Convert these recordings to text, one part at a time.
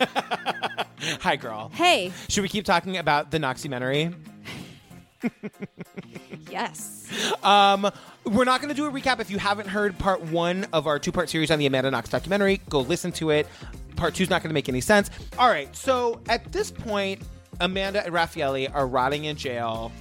Hi, girl. Hey, Should we keep talking about the Noxymentary? yes. Um, we're not going to do a recap. If you haven't heard part one of our two part series on the Amanda Knox documentary, go listen to it. Part two's not going to make any sense. All right. So at this point, Amanda and Raffaele are rotting in jail.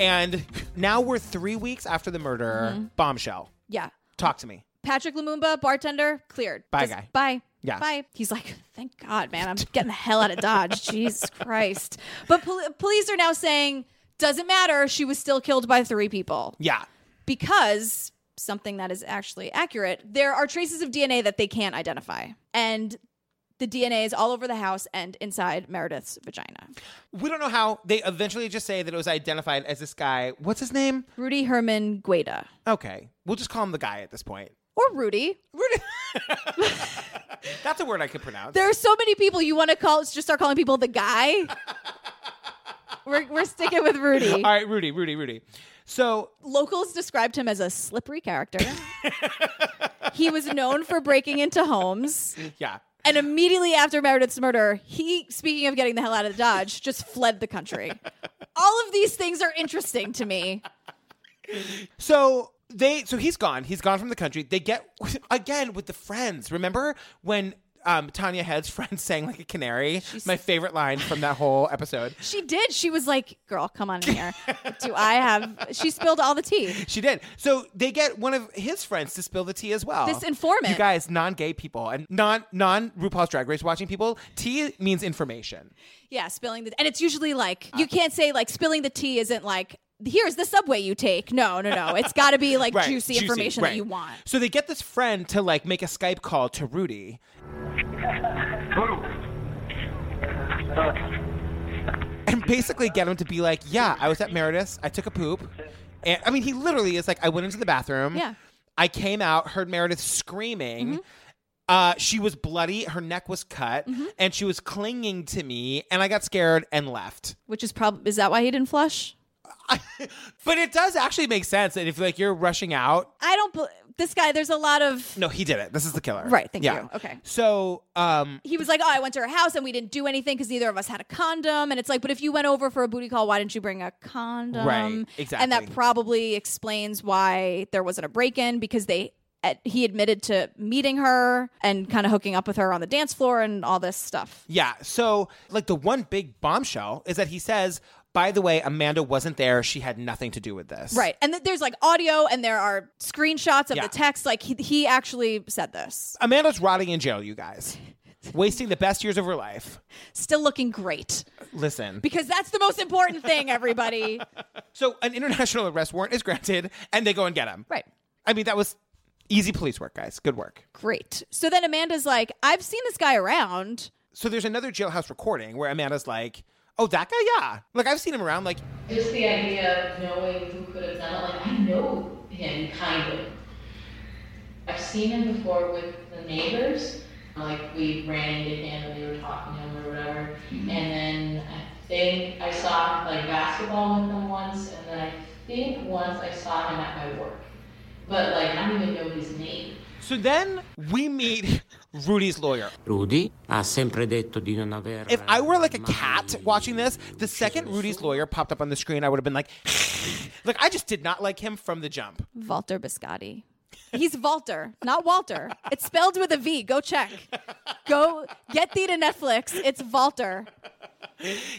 And now we're three weeks after the murder. Bombshell. Yeah. Talk to me. Patrick Lumumba, bartender, cleared. Bye, Just guy. Bye. Yeah. Bye. He's like, thank God, man, I'm getting the hell out of Dodge. Jesus Christ. But pol- police are now saying, doesn't matter. She was still killed by three people Yeah. because something that is actually accurate, there are traces of DNA that they can't identify. And the DNA is all over the house and inside Meredith's vagina. We don't know how. They eventually just say that it was identified as this guy. What's his name? Rudy Herman Gueda. Okay. We'll just call him the guy at this point. Or Rudy. That's a word I could pronounce. There are so many people you want to call. Just start calling people the guy. we're, we're sticking with Rudy. All right, Rudy, Rudy, Rudy. So Locals described him as a slippery character. he was known for breaking into homes. yeah. And immediately after Meredith's murder, he, speaking of getting the hell out of the Dodge, just fled the country. All of these things are interesting to me. So they so he's gone. He's gone from the country. They get again with the friends. Remember when um, Tanya Head's friend sang like a canary? My favorite line from that whole episode. She did. She was like, girl, come on in here. Do I have. She spilled all the tea. She did. So they get one of his friends to spill the tea as well. This informant. You guys, non-gay people and non non RuPaul's Drag Race watching people. Tea means information. Yeah, spilling the. And it's usually like, Uh. you can't say like spilling the tea isn't like, here's the subway you take. No, no, no. It's got to be like juicy, information right. that you want. So they get this friend to like make a Skype call to Rudy, and basically get him to be like, "Yeah, I was at Meredith's. I took a poop." And I mean, he literally is like, "I went into the bathroom. Yeah. Mm-hmm. I came out, heard Meredith screaming." Uh, she was bloody, her neck was cut, Mm-hmm. and she was clinging to me, and I got scared and left. Which is probably. Is that why he didn't flush? But it does actually make sense that if like you're rushing out, I don't. bel this guy, there's a lot of. no, he did it. This is the killer. Right, thank Yeah. you. Okay. So, um, he was like, "Oh, I went to her house and we didn't do anything because neither of us had a condom." And it's like, "But if you went over for a booty call, why didn't you bring a condom?" Right, And exactly. that probably explains why there wasn't a break-in because they at, he admitted to meeting her and kind of hooking up with her on the dance floor and all this stuff. yeah. So, like the one big bombshell is that he says, "By the way, Amanda wasn't there. She had nothing to do with this." Right. And th- there's like audio and there are screenshots of Yeah. the text. Like he, he actually said this. Amanda's rotting in jail, you guys. Wasting the best years of her life. Still looking great Listen. because that's the most important thing, everybody. So an international arrest warrant is granted and they go and get him. right. I mean, that was easy police work, guys. Good work. Great. So then Amanda's like, I've seen this guy around. So there's another jailhouse recording where Amanda's like, "Oh, that guy? Yeah. Like I've seen him around like Just the idea of knowing who could have done it, like I know him kind of. I've seen him before with the neighbors. Like we ran into him and we were talking to him or whatever. And then I think I saw him play basketball with them once and then I think once I saw him at my work. But like I don't even know his name. So then we meet Rudy's lawyer. Rudy ha sempre detto di non aver If I were like a mai cat watching this, the second Rudy's lawyer popped up on the screen, I would have been like, like I just did not like him from the jump. Walter Biscotti. He's Walter, not Walter. It's spelled with a V. Go check. Go get thee to Netflix. It's Walter.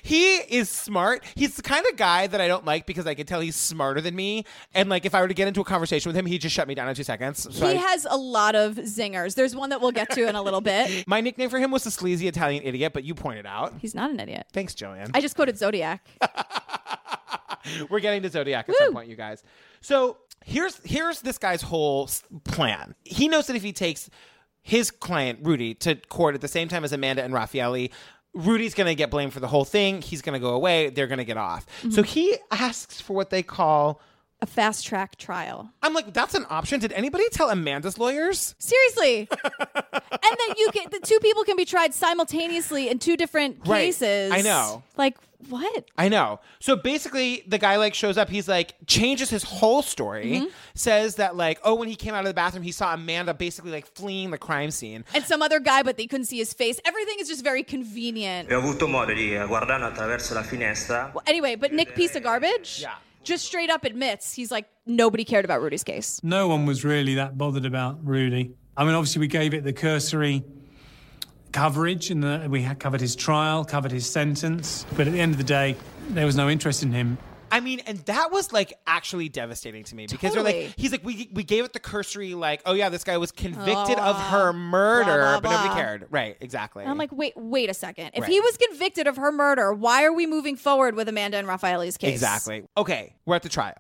He is smart. He's the kind of guy that I don't like because I can tell he's smarter than me. And like if I were to get into a conversation with him, he'd just shut me down in two seconds. So He I- has a lot of zingers. There's one that we'll get to in a little bit. my nickname for him was the sleazy Italian idiot, but you pointed out. He's not an idiot. Thanks, Joanne. I just quoted Zodiac. We're getting to Zodiac at some point, you guys. So here's here's this guy's whole s- plan. He knows that if he takes his client Rudy to court at the same time as Amanda and Raffaele, Rudy's gonna get blamed for the whole thing. He's gonna go away. They're gonna get off. So he asks for what they call. A fast track trial. I'm like, that's an option. Did anybody tell Amanda's lawyers? Seriously. and that you can the two people can be tried simultaneously in two different Right. cases. I know. Like What? I know. So basically, the guy like shows up. He's like changes his whole story. Says that like, oh, when he came out of the bathroom, he saw Amanda basically like fleeing the crime scene. And some other guy, but they couldn't see his face. Everything is just very convenient. E ho avuto modo di guardarlo attraverso la finestra. Well, anyway, but Nick piece of garbage. Yeah. Just straight up admits he's like nobody cared about Rudy's case. no one was really that bothered about Rudy. I mean, obviously, we gave it the cursory coverage, and the, we had covered his trial, covered his sentence. But at the end of the day, there was no interest in him. I mean, and that was like actually devastating to me because they're Totally. like, he's like, we we gave it the cursory like, oh yeah, this guy was convicted of her murder, but Oh. blah, blah. nobody cared. Right? Exactly. And I'm like, wait, wait a second. If Mm. Right. he was convicted of her murder, why are we moving forward with Amanda and Raffaele's case? exactly. Okay, we're at the trial.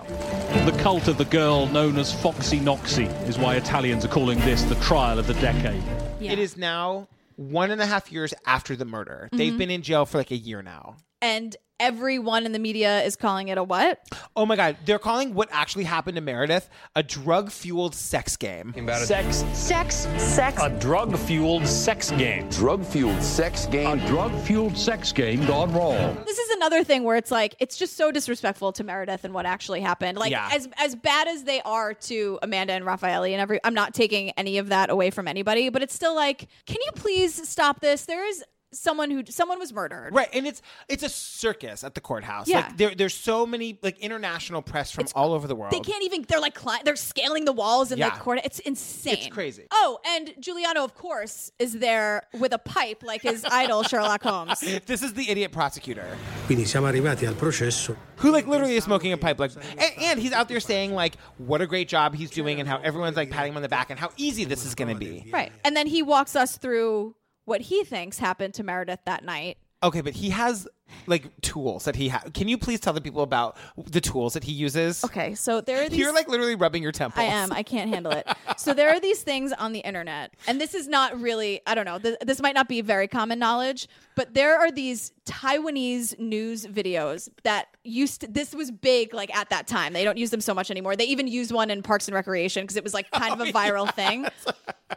The cult of the girl known as Foxy Noxy is why Italians are calling this the trial of the decade. Yeah. It is now one and a half years after the murder. Mm-hmm. They've been in jail for like a year now. And everyone in the media is calling it a what? Oh my god, they're calling what actually happened to Meredith a drug fueled sex game. Sex. Sex. Sex. A drug fueled sex game. Drug fueled sex game. Drug fueled sex game gone wrong. This is another thing where it's like it's just so disrespectful to Meredith and what actually happened. Like Yeah. as as bad as they are to Amanda and Raffaele and every I'm not taking any of that away from anybody, but it's still like, can you please stop this? There is someone who someone was murdered. Right, and it's it's a circus at the courthouse. Yeah. Like there there's so many like international press from all over the world. They can't even. They're like cli- they're scaling the walls in Yeah. the court. It's insane. It's crazy. Oh, and Giuliano, of course, is there with a pipe like his idol Sherlock Holmes. This is the idiot prosecutor. Quindi siamo arrivati al processo who like literally is smoking a pipe like and, and he's out there saying like what a great job he's doing and how everyone's like patting him on the back and how easy this is going to be Right, and then he walks us through what he thinks happened to Meredith that night. okay but he has like tools that he has can you please tell the people about the tools that he uses Okay, so there are these. you're like literally rubbing your temples I am. I can't handle it. So there are these things on the internet, and this is not really. I don't know. Th- this might not be very common knowledge, but there are these Taiwanese news videos that used. To, this was big, like at that time. They don't use them so much anymore. They even used one in Parks and Recreation because it was like kind Oh, of a viral thing,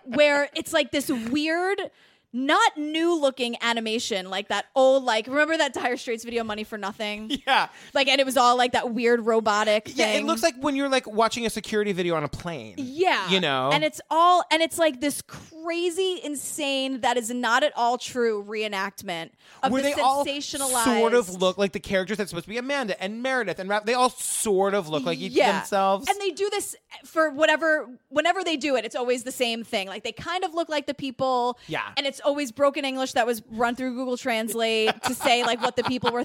where it's like this weird. Not new looking animation like that old like remember that Dire Straits video Money for Nothing yeah like and it was all like that weird robotic yeah it thing. looks like when you're like watching a security video on a plane Yeah. you know And it's all and it's like this crazy, insane, that is not at all true reenactment of where the they all sensationalized sort of look like the characters that's supposed to be Amanda and Meredith and Ra- they all sort of look like each themselves. And they do this for whatever whenever they do it, it's always the same thing. Like they kind of look like the people. Yeah. And it's always broken English that was run through Google Translate to say like what the people were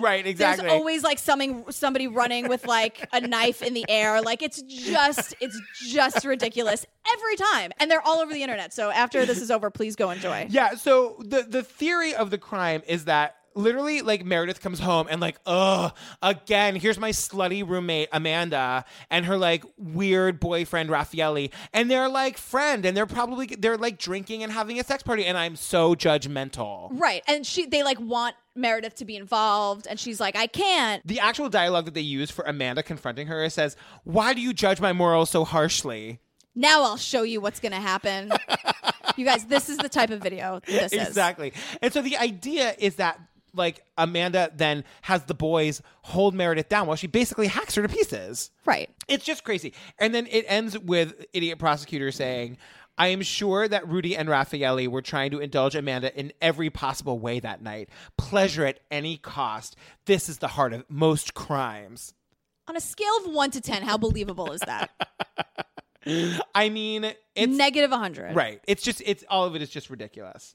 Right, exactly. There's always like something somebody running with like a knife in the air. Like it's just it's just ridiculous every time. And they're all over the internet. So after this is over, please go enjoy. Yeah, so the the theory of the crime is that literally like Meredith comes home and like, ugh, again, here's my slutty roommate Amanda and her like weird boyfriend Raffaele and they're like friend and they're probably they're like drinking and having a sex party and I'm so judgmental. Right. And she they like want Meredith to be involved and she's like, I can't. The actual dialogue that they use for Amanda confronting her is says, "Why do you judge my morals so harshly?" now I'll show you what's going to happen. you guys, this is the type of video this is. Exactly. And so the idea is that like Amanda then has the boys hold Meredith down while she basically hacks her to pieces. Right. It's just crazy. And then it ends with idiot prosecutor saying, I am sure that Rudy and Raffaele were trying to indulge Amanda in every possible way that night. Pleasure at any cost. This is the heart of most crimes. On a scale of 1 to 10, how believable is that? I mean, it's Negative 100. right. It's just, it's all of it is just ridiculous.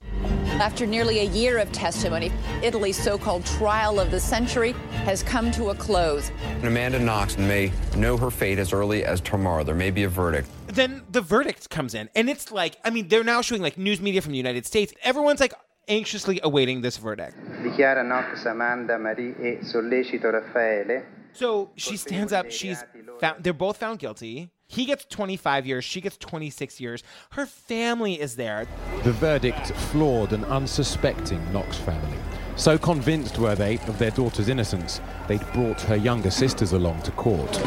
After nearly a year of testimony, Italy's so called trial of the century has come to a close. Amanda Knox may know her fate as early as tomorrow. There may be a verdict. Then the verdict comes in, and it's like, I mean, they're now showing like news media from the United States. Everyone's like anxiously awaiting this verdict. Dichiara Knox Amanda Marie e sollecito Raffaele. So she stands up. She's found. They're both found guilty. He gets 25 years. She gets 26 years. Her family is there. The verdict flawed an unsuspecting Knox family. So convinced were they of their daughter's innocence, they'd brought her younger sisters along to court.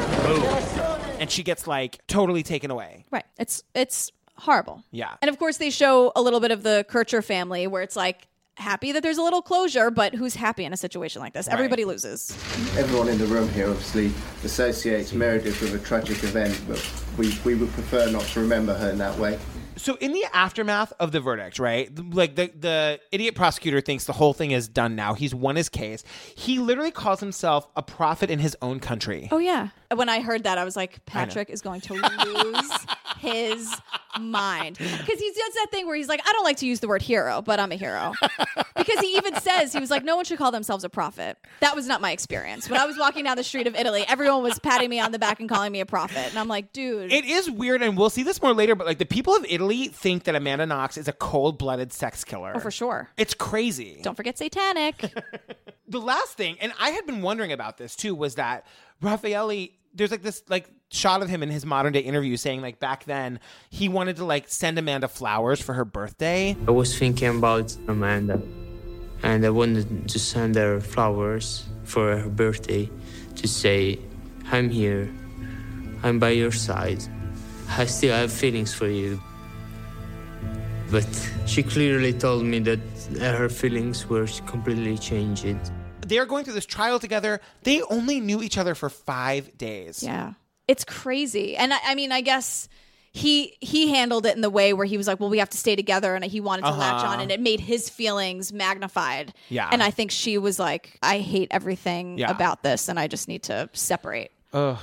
And she gets like totally taken away. Right. It's it's horrible. Yeah. And of course they show a little bit of the Kircher family where it's like happy that there's a little closure, but who's happy in a situation like this? Everybody loses. Everyone in the room here obviously associates Meredith with a tragic event, but we, we would prefer not to remember her in that way. So in the aftermath of the verdict, right? th- Like the the idiot prosecutor thinks the whole thing is done now. He's won his case. He literally calls himself a prophet in his own country. Oh yeah. When I heard that, I was like, I know. Patrick is going to lose his mind because he does that thing where he's like, I don't like to use the word hero, but I'm a hero because he even says he was like, no one should call themselves a prophet. That was not my experience. When I was walking down the street of Italy, everyone was patting me on the back and calling me a prophet, and I'm like, dude, It is weird, and we'll see this more later. But like the people of Italy think that Amanda Knox is a cold blooded sex killer. oh for sure. It's crazy. Don't forget satanic. the last thing, and I had been wondering about this too, was that Raffaelli. There's like this like shot of him in his modern day interview saying like back then he wanted to like send Amanda flowers for her birthday. I was thinking about Amanda, and I wanted to send her flowers for her birthday to say, I'm here, I'm by your side, I still have feelings for you. But she clearly told me that her feelings were completely changed. They're going through this trial together. They only knew each other for five days. Yeah. It's crazy. And I, I mean, I guess he he handled it in the way where he was like, well, we have to stay together, and he wanted to latch Uh-huh. on, and it made his feelings magnified. Yeah. And I think she was like, I hate everything Yeah. about this, and I just need to separate. Ugh.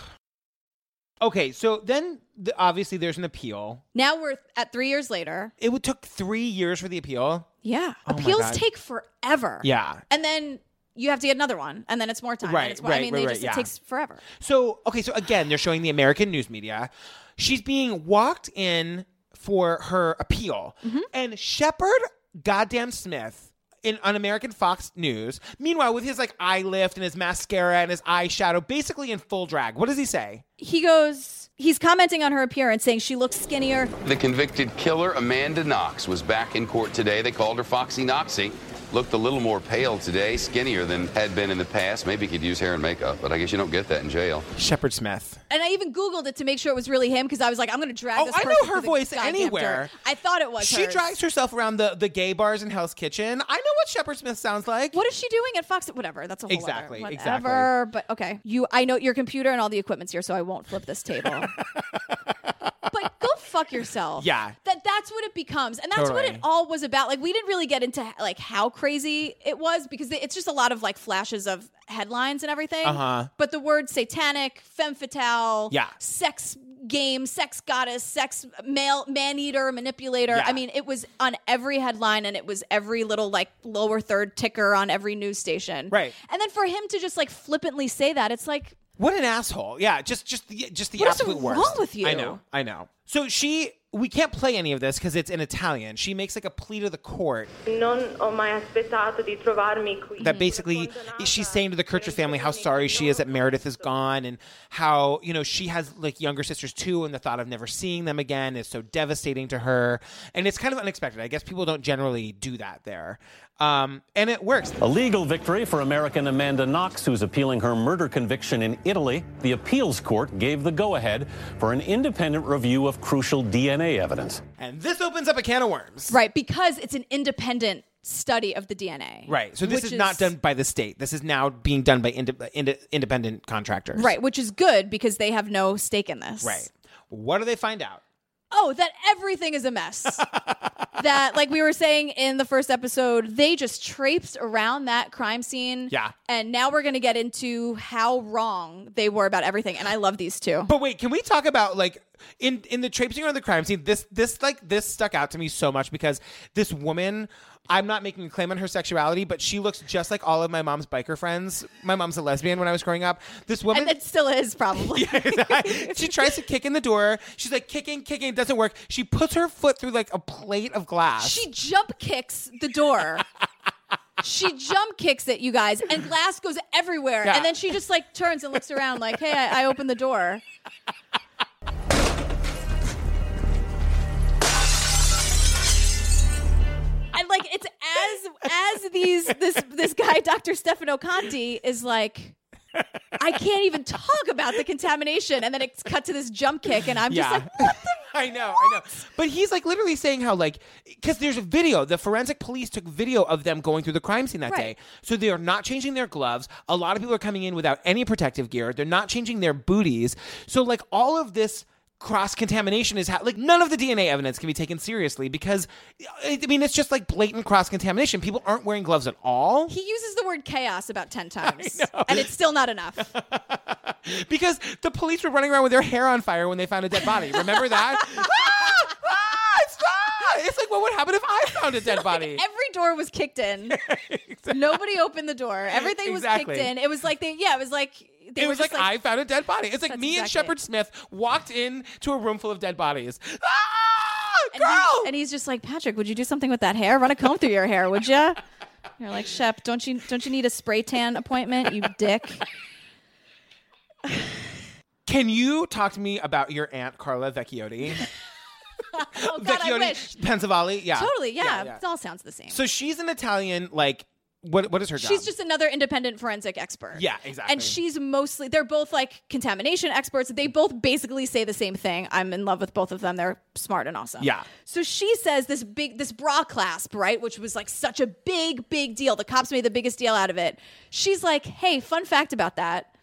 Okay, so then the, obviously there's an appeal. Now we're at three years later. It would took three years for the appeal. Yeah. Oh my Appeals God. take forever. Yeah. And then you have to get another one, and then it's more time. and Right, it's more, I right, mean, right, they right, just yeah. it takes forever. So, okay, so again, they're showing the American news media. She's being walked in for her appeal. And Shepard Goddamn Smith in on American Fox News, meanwhile, with his like eye lift and his mascara and his eyeshadow, basically in full drag. What does he say? He goes, he's commenting on her appearance, saying she looks skinnier. The convicted killer, Amanda Knox, was back in court today. They called her Foxy Knoxy. Looked a little more pale today, skinnier than had been in the past. Maybe could use hair and makeup, but I guess you don't get that in jail. Shepard Smith. And I even Googled it to make sure it was really him because I was like, I'm going to drag Oh, this I know person her through the voice goddamn anywhere. dirt. I thought it was She hers. drags herself around the, the gay bars in Hell's Kitchen. I know what Shepard Smith sounds like. What is she doing at Fox? Whatever. That's a whole other- Exactly, whatever. exactly. But okay, you. I know your computer and all the equipment's here, so I won't flip this table. but go fuck yourself. Yeah. That that's what it becomes, and that's what Totally. it all was about. Like we didn't really get into like how crazy it was because it's just a lot of like flashes of headlines and everything. Uh-huh. But the word satanic, femme fatale, Yeah. sex game, sex goddess, sex male man eater, manipulator. Yeah. I mean, it was on every headline and it was every little like lower third ticker on every news station. Right. And then for him to just like flippantly say that, it's like What an asshole! Yeah, just just the just the What is absolute wrong worst. with you? I know, I know. So she, we can't play any of this because it's in Italian. She makes like a plea to the court Non ho mai aspettato di trovarmi qui. Mm-hmm. that basically she's saying to the Kircher family how sorry she is that Meredith is gone and how you know she has like younger sisters too, and the thought of never seeing them again is so devastating to her. And it's kind of unexpected. I guess people don't generally do that there, um, and it works. A legal victory for American Amanda Knox, who's appealing her murder conviction in Italy. The appeals court gave the go ahead for an independent review of crucial DNA evidence. And this opens up a can of worms. right because it's an independent study of the DNA. Right. So this which is, not done by the state. This is now being done by inde- inde- independent contractors. Right, which is good because they have no stake in this. Right. What do they find out? Oh, that everything is a mess. that like we were saying in the first episode, they just traipsed around that crime scene. Yeah. And now we're going to get into how wrong they were about everything and I love these two. But wait, can we talk about like in in the traipsing around the crime scene? This this like this stuck out to me so much because this woman. I'm not making a claim on her sexuality, but she looks just like all of my mom's biker friends. My mom's a lesbian when I was growing up. This woman and it still is probably. she tries to kick in the door. She's like kicking, kicking, it doesn't work. She puts her foot through like a plate of glass. She jump kicks the door. she jump kicks it, you guys, and glass goes everywhere. Yeah. And then she just like turns and looks around, like, "Hey, I, I opened the door." And like it's as as these this this guy Dr. Stefano Conti is like I can't even talk about the contamination and then it's cut to this jump kick and I'm just like I know, I know. But he's like literally saying how like because there's a video. The forensic police took video of them going through the crime scene that Right. day, so they are not changing their gloves. A lot of people are coming in without any protective gear. They're not changing their booties. So like all of this. Cross contamination is how, like, none of the DNA evidence can be taken seriously because, I mean, it's just like blatant cross contamination. People aren't wearing gloves at all. He uses the word chaos about 10 times, and it's still not enough. because the police were running around with their hair on fire when they found a dead body. Remember that? Ah! Ah! It's- ah! it's like what would happen if I found a dead body? Every door was kicked in. Nobody opened the door. Everything was Exactly. kicked in. It was like they, yeah, it was like they it were was just like, I found a dead body. It's like That's me and exactly Shepard Smith walked in to a room full of dead bodies. and, he- and he's just like, Patrick, would you do something with that hair? Run a comb through your hair, would you? You're like, Shep, don't you don't you need a spray tan appointment? You dick. Can you talk to me about your aunt Carla Vecchiotti? Oh God, I wish. Pensavalli, yeah, Totally, yeah, It all sounds the same. So she's an Italian. Like, what? What is her job? She's just another independent forensic expert. Yeah, exactly. And she's mostly they're both like contamination experts. They both basically say the same thing. I'm in love with both of them. They're smart and awesome. Yeah. So she says this big this bra clasp, right, which was like such a big big deal. The cops made the biggest deal out of it. She's like, "Hey, fun fact about that.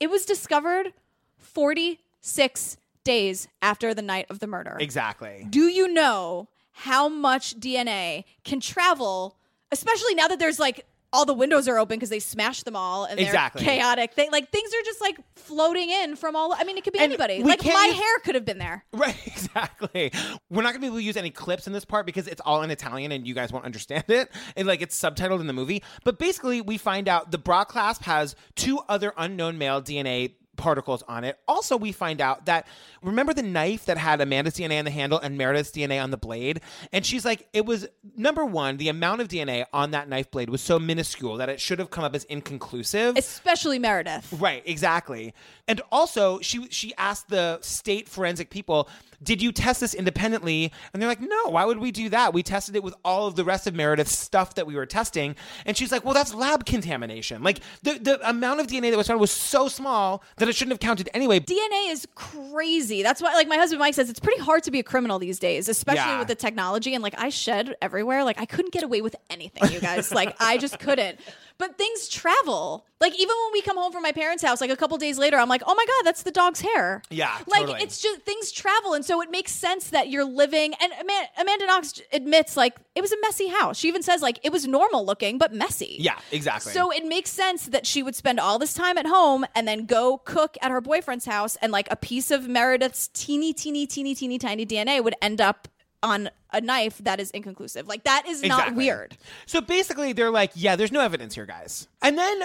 It was discovered 46 days after the night of the murder." exactly. Do you know how much DNA can travel, especially now that there's like all the windows are open because they smashed them all and they're Exactly. chaotic. They like things are just like floating in from all. I mean, it could be anybody. we Like can't my use- hair could have been there. Right, exactly. We're not going to be able to use any clips in this part because it's all in Italian and you guys won't understand it. And like it's subtitled in the movie. But basically, we find out the bra clasp has two other unknown male DNA particles on it. Also, we find out that remember the knife that had Amanda's DNA on the handle and Meredith's DNA on the blade? And she's like, it was number one, the amount of DNA on that knife blade was so minuscule that it should have come up as inconclusive. Especially Meredith. Right, exactly. And also, she she asked the state forensic people, "Did you test this independently?" And they're like, "No, why would we do that? We tested it with all of the rest of Meredith's stuff that we were testing." And she's like, "Well, that's lab contamination. Like the the amount of DNA that was found was so small that it shouldn't have counted anyway." DNA is crazy. That's why, like, my husband Mike says it's pretty hard to be a criminal these days, especially Yeah. with the technology. And, like, I shed everywhere. Like, I couldn't get away with anything, you guys. like, I just couldn't. But things travel. Like, even when we come home from my parents' house, like, a couple days later, I'm like, oh my God, that's the dog's hair. Yeah, Like, totally. it's just things travel. And so it makes sense that you're living. And Ama- Amanda Knox j- admits, like, it was a messy house. She even says, like, it was normal looking, but messy. yeah, exactly. So it makes sense that she would spend all this time at home and then go cook at her boyfriend's house, and like a piece of Meredith's teeny, teeny, teeny, teeny, tiny DNA would end up on a knife that is inconclusive. Like that is not Exactly. weird. So basically, they're like, yeah, there's no evidence here, guys. And then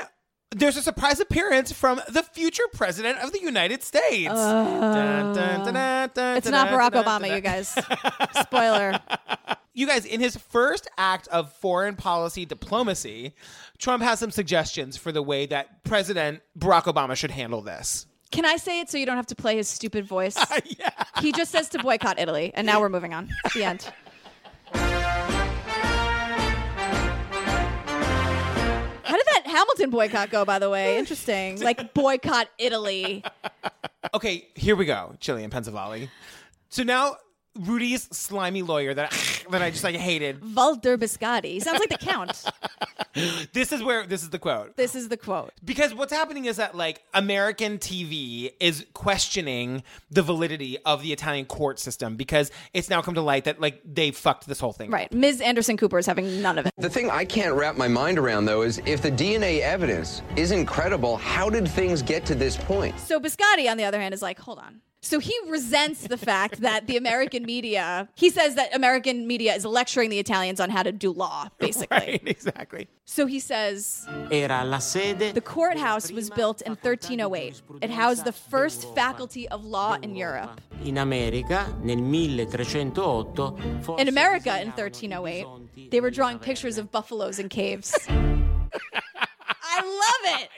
there's a surprise appearance from the future president of the United States. Dun, dun, dun, dun, dun, It's dun, not dun, Barack dun, dun, Obama, dun. you guys. Spoiler. You guys, in his first act of foreign policy diplomacy, Trump has some suggestions for the way that President Barack Obama should handle this. Can I say it so you don't have to play his stupid voice? He just says to boycott Italy, and now we're moving on. The end. How did that Hamilton boycott go, by the way? Interesting. Like, boycott Italy. Okay, here we go, Chilean Pensavalli. So now Rudy's slimy lawyer that that I just like hated. Walter Biscotti. Sounds like the Count. This is where this is the quote. This is the quote. Because what's happening is that like American TV is questioning the validity of the Italian court system because it's now come to light that like they fucked this whole thing. Right. Ms. Anderson Cooper is having none of it. The thing I can't wrap my mind around, though, is if the DNA evidence is incredible, how did things get to this point? So Biscotti, on the other hand, is like, hold on. So he resents the fact that the American media, he says that American media is lecturing the Italians on how to do law, basically. Right, exactly. So he says, Era la sede The courthouse was built in 1308. It housed the first faculty of law in Europe. in America nel 1308 forse In America in 1308, e they were drawing pictures of buffaloes in caves. I love it.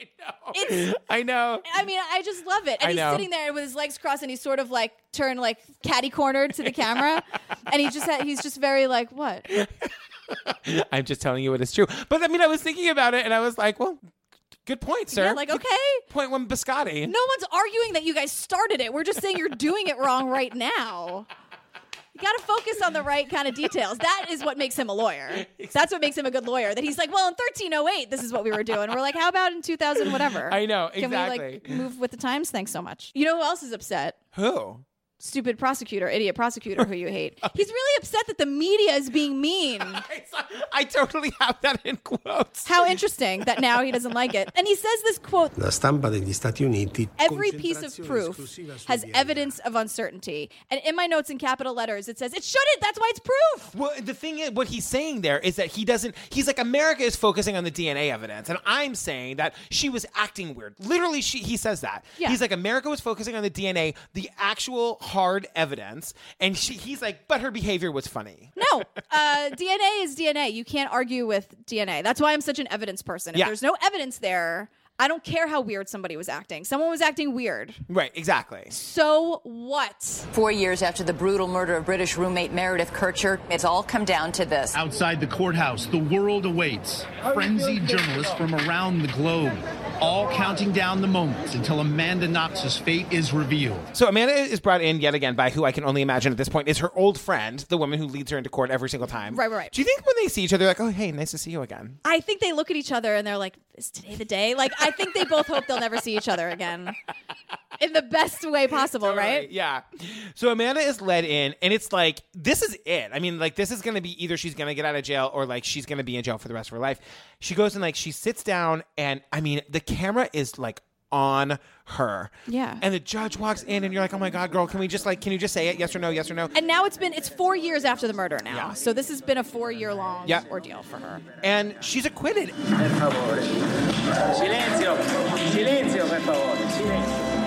It's I know. I mean, I just love it. And I he's know. sitting there with his legs crossed, and he's sort of like turned like catty cornered to the camera, and he just ha- he's just very like what? I'm just telling you what is true. But I mean, I was thinking about it and I was like, well, good point, sir. Yeah, like okay. Point one biscotti. No one's arguing that you guys started it. We're just saying you're doing it wrong right now. You got to focus on the right kind of details. That is what makes him a lawyer. That's what makes him a good lawyer. That he's like, well, in 1308, this is what we were doing. We're like, how about in 2000, whatever? I know, Can we like exactly. move with the times? Thanks so much. You know who else is upset? Who? Stupid prosecutor, idiot prosecutor who you hate. He's really upset that the media is being mean. I totally have that in quotes. How interesting that now he doesn't like it. And he says this quote La stampa degli Stati Uniti Every piece of proof has evidence of uncertainty. And in my notes in capital letters, it says, it shouldn't. That's why it's proof. Well, the thing is, what he's saying there is that he doesn't. He's like America is focusing on the DNA evidence, and I'm saying that she was acting weird. Literally, she he says that. Yeah. He's like America was focusing on the DNA, the actual hard evidence, and she he's like, but her behavior was funny. No, uh, DNA is DNA. You can't argue with DNA. That's why I'm such an evidence person. If Yeah. there's no evidence there, I don't care how weird somebody was acting. Someone was acting weird. Right, exactly. So what? Four years after the brutal murder of British roommate Meredith Kircher, it's all come down to this. Outside the courthouse, the world awaits. Frenzied journalists from around the globe, all counting down the moments until Amanda Knox's fate is revealed. So Amanda is brought in yet again by who I can only imagine at this point is her old friend, the woman who leads her into court every single time. Right, right, right. Do you think when they see each other, they're like, oh hey, nice to see you again? I think they look at each other and they're like, is today the day? Like, I think they both hope they'll never see each other again in the best way possible, right? Yeah. So Amanda is led in, and it's like, this is it. I mean, like, this is going to be either she's going to get out of jail or like she's going to be in jail for the rest of her life. She goes and like she sits down, and I mean, the camera is like on her. Yeah. And the judge walks in, and you're like, oh my God, girl, can we just like, can you just say it? Yes or no? Yes or no? And now it's been, it's four years after the murder now. So this has been a four year long Yeah. ordeal for her. And she's acquitted. Silenzio, silenzio per favore, silenzio.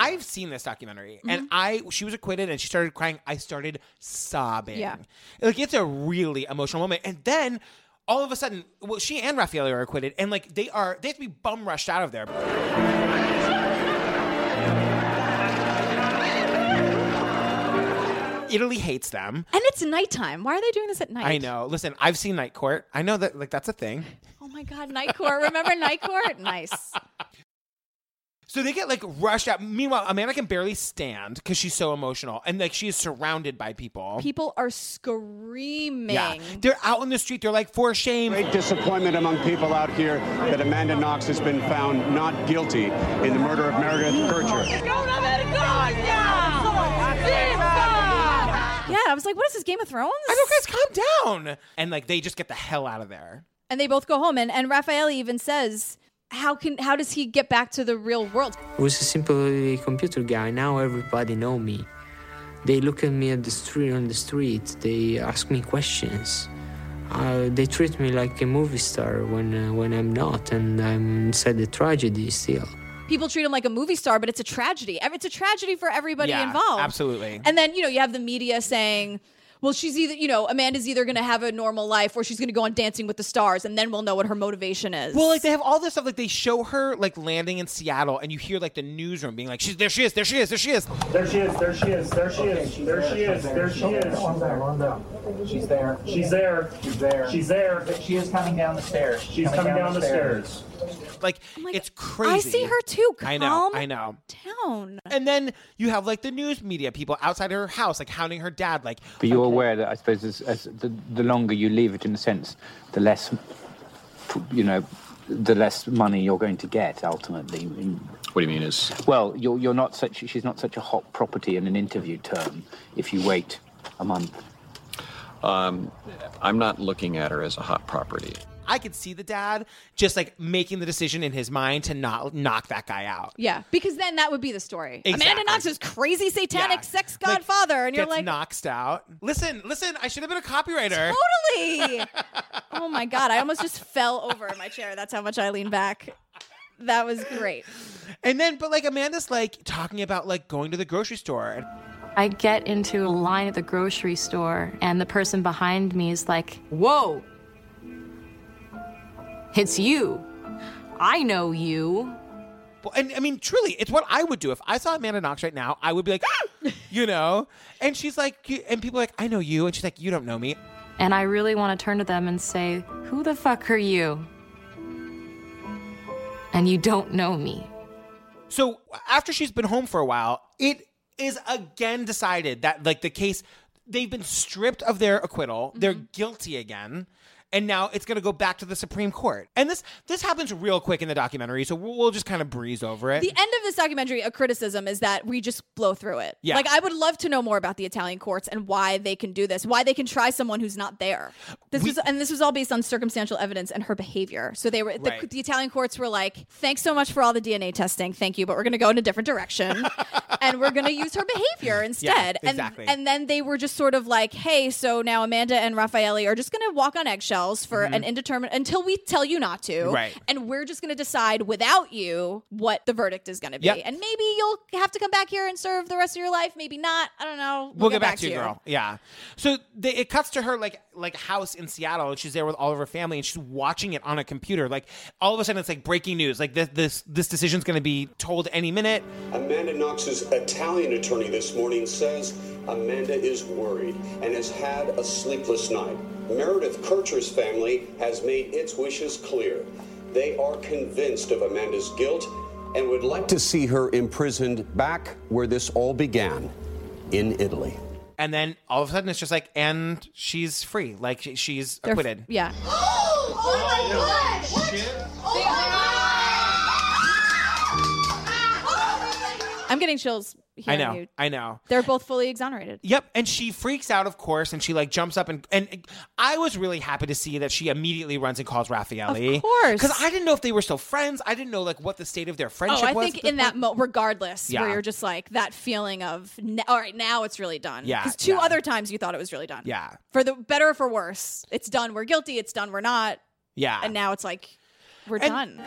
I've seen this documentary, and I she was acquitted, and she started crying. I started sobbing. Yeah. like it's a really emotional moment. And then all of a sudden, well, she and Raffaele are acquitted, and like they are, they have to be bum rushed out of there. Italy hates them. And it's nighttime. Why are they doing this at night? I know. Listen, I've seen Night Court. I know that like that's a thing. Oh my God, night court. Remember night court? Nice. So they get like rushed out. Meanwhile, Amanda can barely stand because she's so emotional, and like she is surrounded by people. People are screaming. Yeah. They're out in the street. They're like, for shame. Great disappointment among people out here that Amanda Knox has been found not guilty in the murder of Meredith Kircher. Yeah, I was like, what is this, Game of Thrones? I don't guys calm down. And like they just get the hell out of there. And they both go home and, and Raffaele even says, How can how does he get back to the real world? I was a simple computer guy. Now everybody know me. They look at me at the street on the street. They ask me questions. Uh, they treat me like a movie star when uh, when I'm not, and I'm inside the tragedy still. People treat him like a movie star, but it's a tragedy. Ev- It's a tragedy for everybody Yeah, involved. absolutely. And then, you know, you have the media saying, well, she's either, you know, Amanda's either going to have a normal life or she's going to go on Dancing with the Stars, and then we'll know what her motivation is. Well, like they have all this stuff. Like they show her like landing in Seattle, and you hear like the newsroom being like, "She's there. She is. There she is. There she is." There she is, there she is, there she is, there she is, there she is. One down, one down. She's there. She's there. She's there. She's there. She is coming down the stairs. She's coming down the stairs. Like Oh it's crazy. see her too. I know. Calm I know. Town. And then you have like the news media people outside her house, like hounding her dad, like But you're aware that I suppose as, as the, the longer you leave it, in a sense, the less, you know, the less money you're going to get ultimately. What do you mean? Is well, you're you're not such. She's not such a hot property in an interview term. If you wait a month, Um, I'm not looking at her as a hot property. I could see the dad just like making the decision in his mind to not knock that guy out. Yeah, because then that would be the story. Exactly. Amanda Knox is crazy satanic Yeah. sex godfather, and you're Gets like, knocked out. Listen, listen. I should have been a copywriter. totally. oh my god, I almost just fell over in my chair. That's how much I lean back. That was great. And then, but like Amanda's like talking about like going to the grocery store and I get into a line at the grocery store, and the person behind me is like, Whoa, it's you. I know you. Well, and I mean, truly, it's what I would do if I saw Amanda Knox right now. I would be like, "Ah!" you know, and she's like, you- and people are like, I know you, and she's like, you don't know me. And I really want to turn to them and say, Who the fuck are you? And you don't know me. So after she's been home for a while, it is again decided that like the case they've been stripped of their acquittal, they're guilty again. And now it's going to go back to the Supreme Court. And this this happens real quick in the documentary, so we'll, we'll just kind of breeze over it. The end of this documentary, a criticism is that we just blow through it. Yeah. Like, I would love to know more about the Italian courts and why they can do this, why they can try someone who's not there. This was, and this was all based on circumstantial evidence and her behavior. So they were the, Right. the Italian courts were like, "Thanks so much for all the DNA testing, thank you, but we're going to go in a different direction, and we're going to use her behavior instead." exactly. And and then they were just sort of like, "Hey, so now Amanda and Raffaele are just going to walk on eggshells for Mhm. an indeterminate until we tell you not to." Right. And we're just going to decide without you what the verdict is going to be. Yep. And maybe you'll have to come back here and serve the rest of your life. Maybe not. I don't know. We'll, get, back, to you, girl. Yeah. So they, it cuts to her like like house in Seattle, and she's there with all of her family, and she's watching it on a computer. Like all of a sudden, it's like breaking news. Like this this this decision's going to be told any minute. Amanda Knox's Italian attorney this morning says Amanda is worried and has had a sleepless night. Meredith Kircher's family has made its wishes clear. They are convinced of Amanda's guilt and would like to see her imprisoned back where this all began in Italy. And then all of a sudden, it's just like, and she's free. Like she- she's They're- acquitted. Yeah. Oh my god! I'm getting chills. I Hearing know. You. I know. They're both fully exonerated. Yep, and she freaks out, of course, and she like jumps up and and I was really happy to see that she immediately runs and calls Raffaele. Of course. because I didn't know if they were still friends. I didn't know like what the state of their friendship Oh, I was. think at the in that mo- regardless, Yeah. where you're just like that feeling of, n all right, now it's really done. Yeah, Because two yeah. other times you thought it was really done. Yeah. For the better or for worse, it's done. We're guilty. It's done. We're not. Yeah. And now it's like, we're done.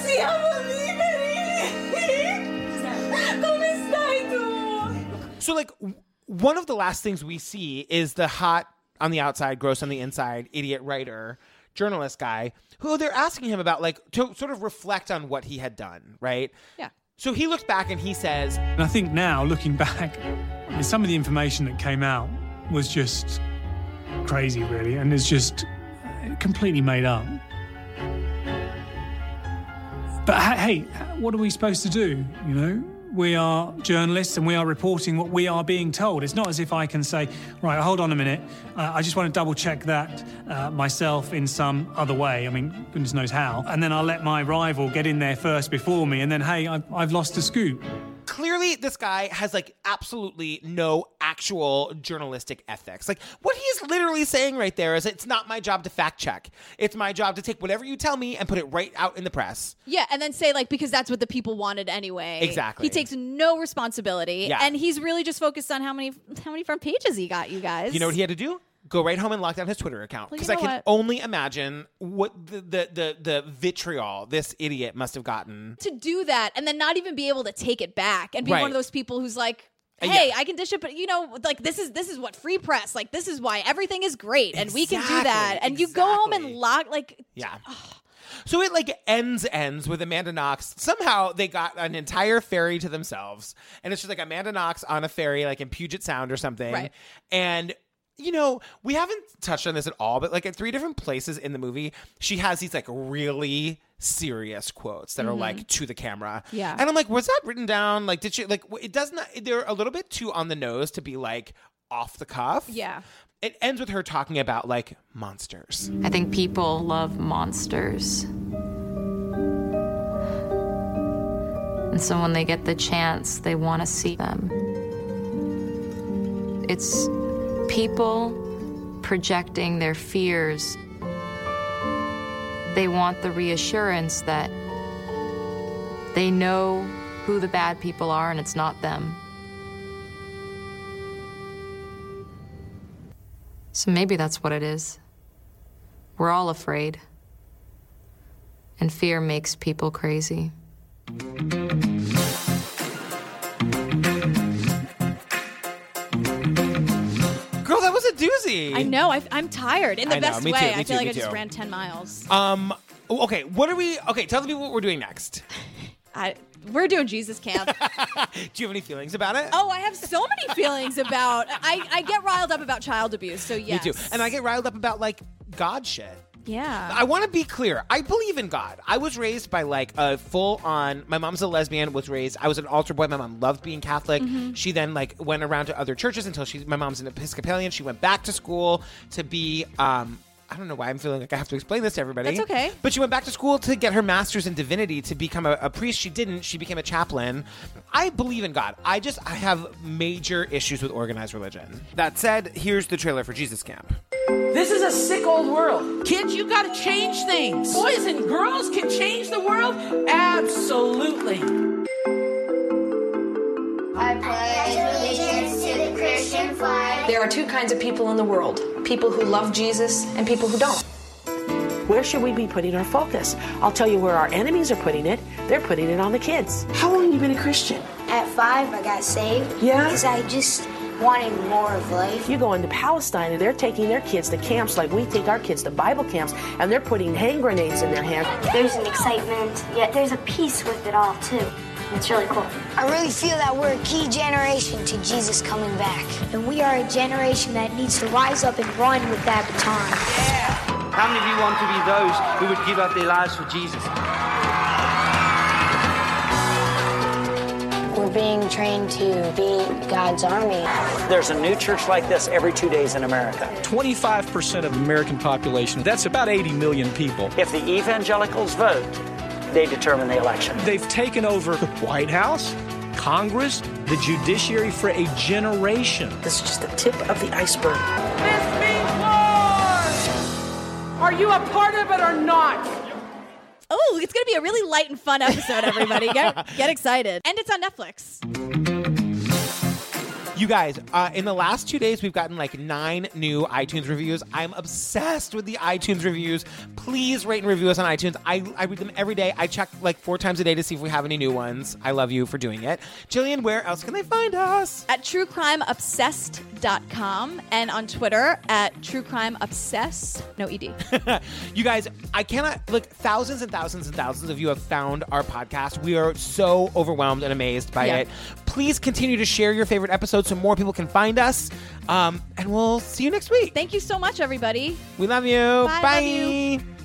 Siamo liberi! Come stai tu? So, like, w- one of the last things we see is the hot on the outside, gross on the inside, idiot writer, journalist guy, who they're asking him about, like, to sort of reflect on what he had done, right? Yeah. So he looks back and he says, And I think now, looking back, I mean, some of the information that came out was just crazy, really, and it's just completely made up. But he- hey, what are we supposed to do? You know, we are journalists and we are reporting what we are being told. It's not as if I can say, right, hold on a minute, uh, I just want to double check that uh, myself in some other way. I mean, goodness knows how. And then I'll let my rival get in there first before me, and then, hey, I've, I've lost a scoop. clearly this guy has, like, absolutely no actual journalistic ethics. Like, what he is literally saying right there is, it's not my job to fact check. It's my job to take whatever you tell me and put it right out in the press. Yeah, and then say like because that's what the people wanted anyway. Exactly. He takes no responsibility, Yeah. and he's really just focused on how many how many front pages he got. You guys, You know what he had to do? Go right home and lock down his Twitter account Well, you because I know can what? only imagine what the, the the the vitriol this idiot must have gotten. to do that, and then not even be able to take it back, and be Right. one of those people who's like. Uh, Hey, I can dish it, but you know, like this is this is what free press, like this is why everything is great, and we can do that. And you go home and lock, like Yeah. So it like ends ends with Amanda Knox. Somehow they got an entire ferry to themselves, and it's just like Amanda Knox on a ferry, like in Puget Sound or something. Right. And you know we haven't touched on this at all, but like at three different places in the movie, she has these like really serious quotes that are Mhm. like to the camera. Yeah. And I'm like, was that written down? Like, did she like? w- It does not. They're a little bit too on the nose to be like off the cuff. Yeah. It ends with her talking about like monsters. I think people love monsters. And so when they get the chance, they want to see them. It's people projecting their fears. They want the reassurance that they know who the bad people are and it's not them. So maybe that's what it is. We're all afraid. And fear makes people crazy. Girl, that was a doozy. I know. I, I'm tired in the I know, best me too, way. me I too, feel like me I just too. ran ten miles. Um. oh, Okay. What are we? Okay. Tell the people what we're doing next. I, we're doing Jesus camp. Do you have any feelings about it? Oh, I have so many feelings about. I, I get riled up about child abuse. So yes, Me too. And I get riled up about like God shit. Yeah. I want to be clear. I believe in God. I was raised by like a full on. My mom's a lesbian. Was raised. I was an altar boy. My mom loved being Catholic. Mm-hmm. Mhm. She then like went around to other churches until she. My mom's an Episcopalian. She went back to school to be. um I don't know why I'm feeling like I have to explain this to everybody. That's okay. But she went back to school to get her master's in divinity to become a, a priest. She didn't. She became a chaplain. I believe in God. I just I have major issues with organized religion. That said, here's the trailer for Jesus Camp. This is a sick old world. Kids, you gotta change things. Boys and girls can change the world? Absolutely. I pledge allegiance to the Christian flag. There are two kinds of people in the world people who love Jesus and people who don't. Where should we be putting our focus? I'll tell you where our enemies are putting it. They're putting it on the kids. How long have you been a Christian? At five, I got saved. Yeah? Because I just wanted more of life. You go into Palestine and they're taking their kids to camps like we take our kids to Bible camps and they're putting hand grenades in their hands. There's an excitement, yet there's a peace with it all, too. It's really cool. I really feel that we're a key generation to Jesus coming back. And we are a generation that needs to rise up and run with that baton. How many of you want to be those who would give up their lives for Jesus? We're being trained to be God's army. There's a new church like this every two days in America. 25% of the American population, that's about 80 million people. If the evangelicals vote, they determine the election. They've taken over the White House, Congress, the judiciary for a generation. This is just the tip of the iceberg. Are you a part of it or not? Oh, it's going to be a really light and fun episode, everybody. get, get excited. And it's on Netflix. You guys, uh, in the last two days, we've gotten like nine new iTunes reviews. I'm obsessed with the iTunes reviews. Please rate and review us on iTunes. I, I read them every day. I check like four times a day to see if we have any new ones. I love you for doing it. Jillian, where else can they find us? At truecrimeobsessed.com and on Twitter at truecrimeobsessed. No E ED. you guys, I cannot look. Thousands and thousands and thousands of you have found our podcast. We are so overwhelmed and amazed by Yeah. it. Please continue to share your favorite episodes so more people can find us. Um, and we'll see you next week. Thank you so much, everybody. We love you. Bye, love you.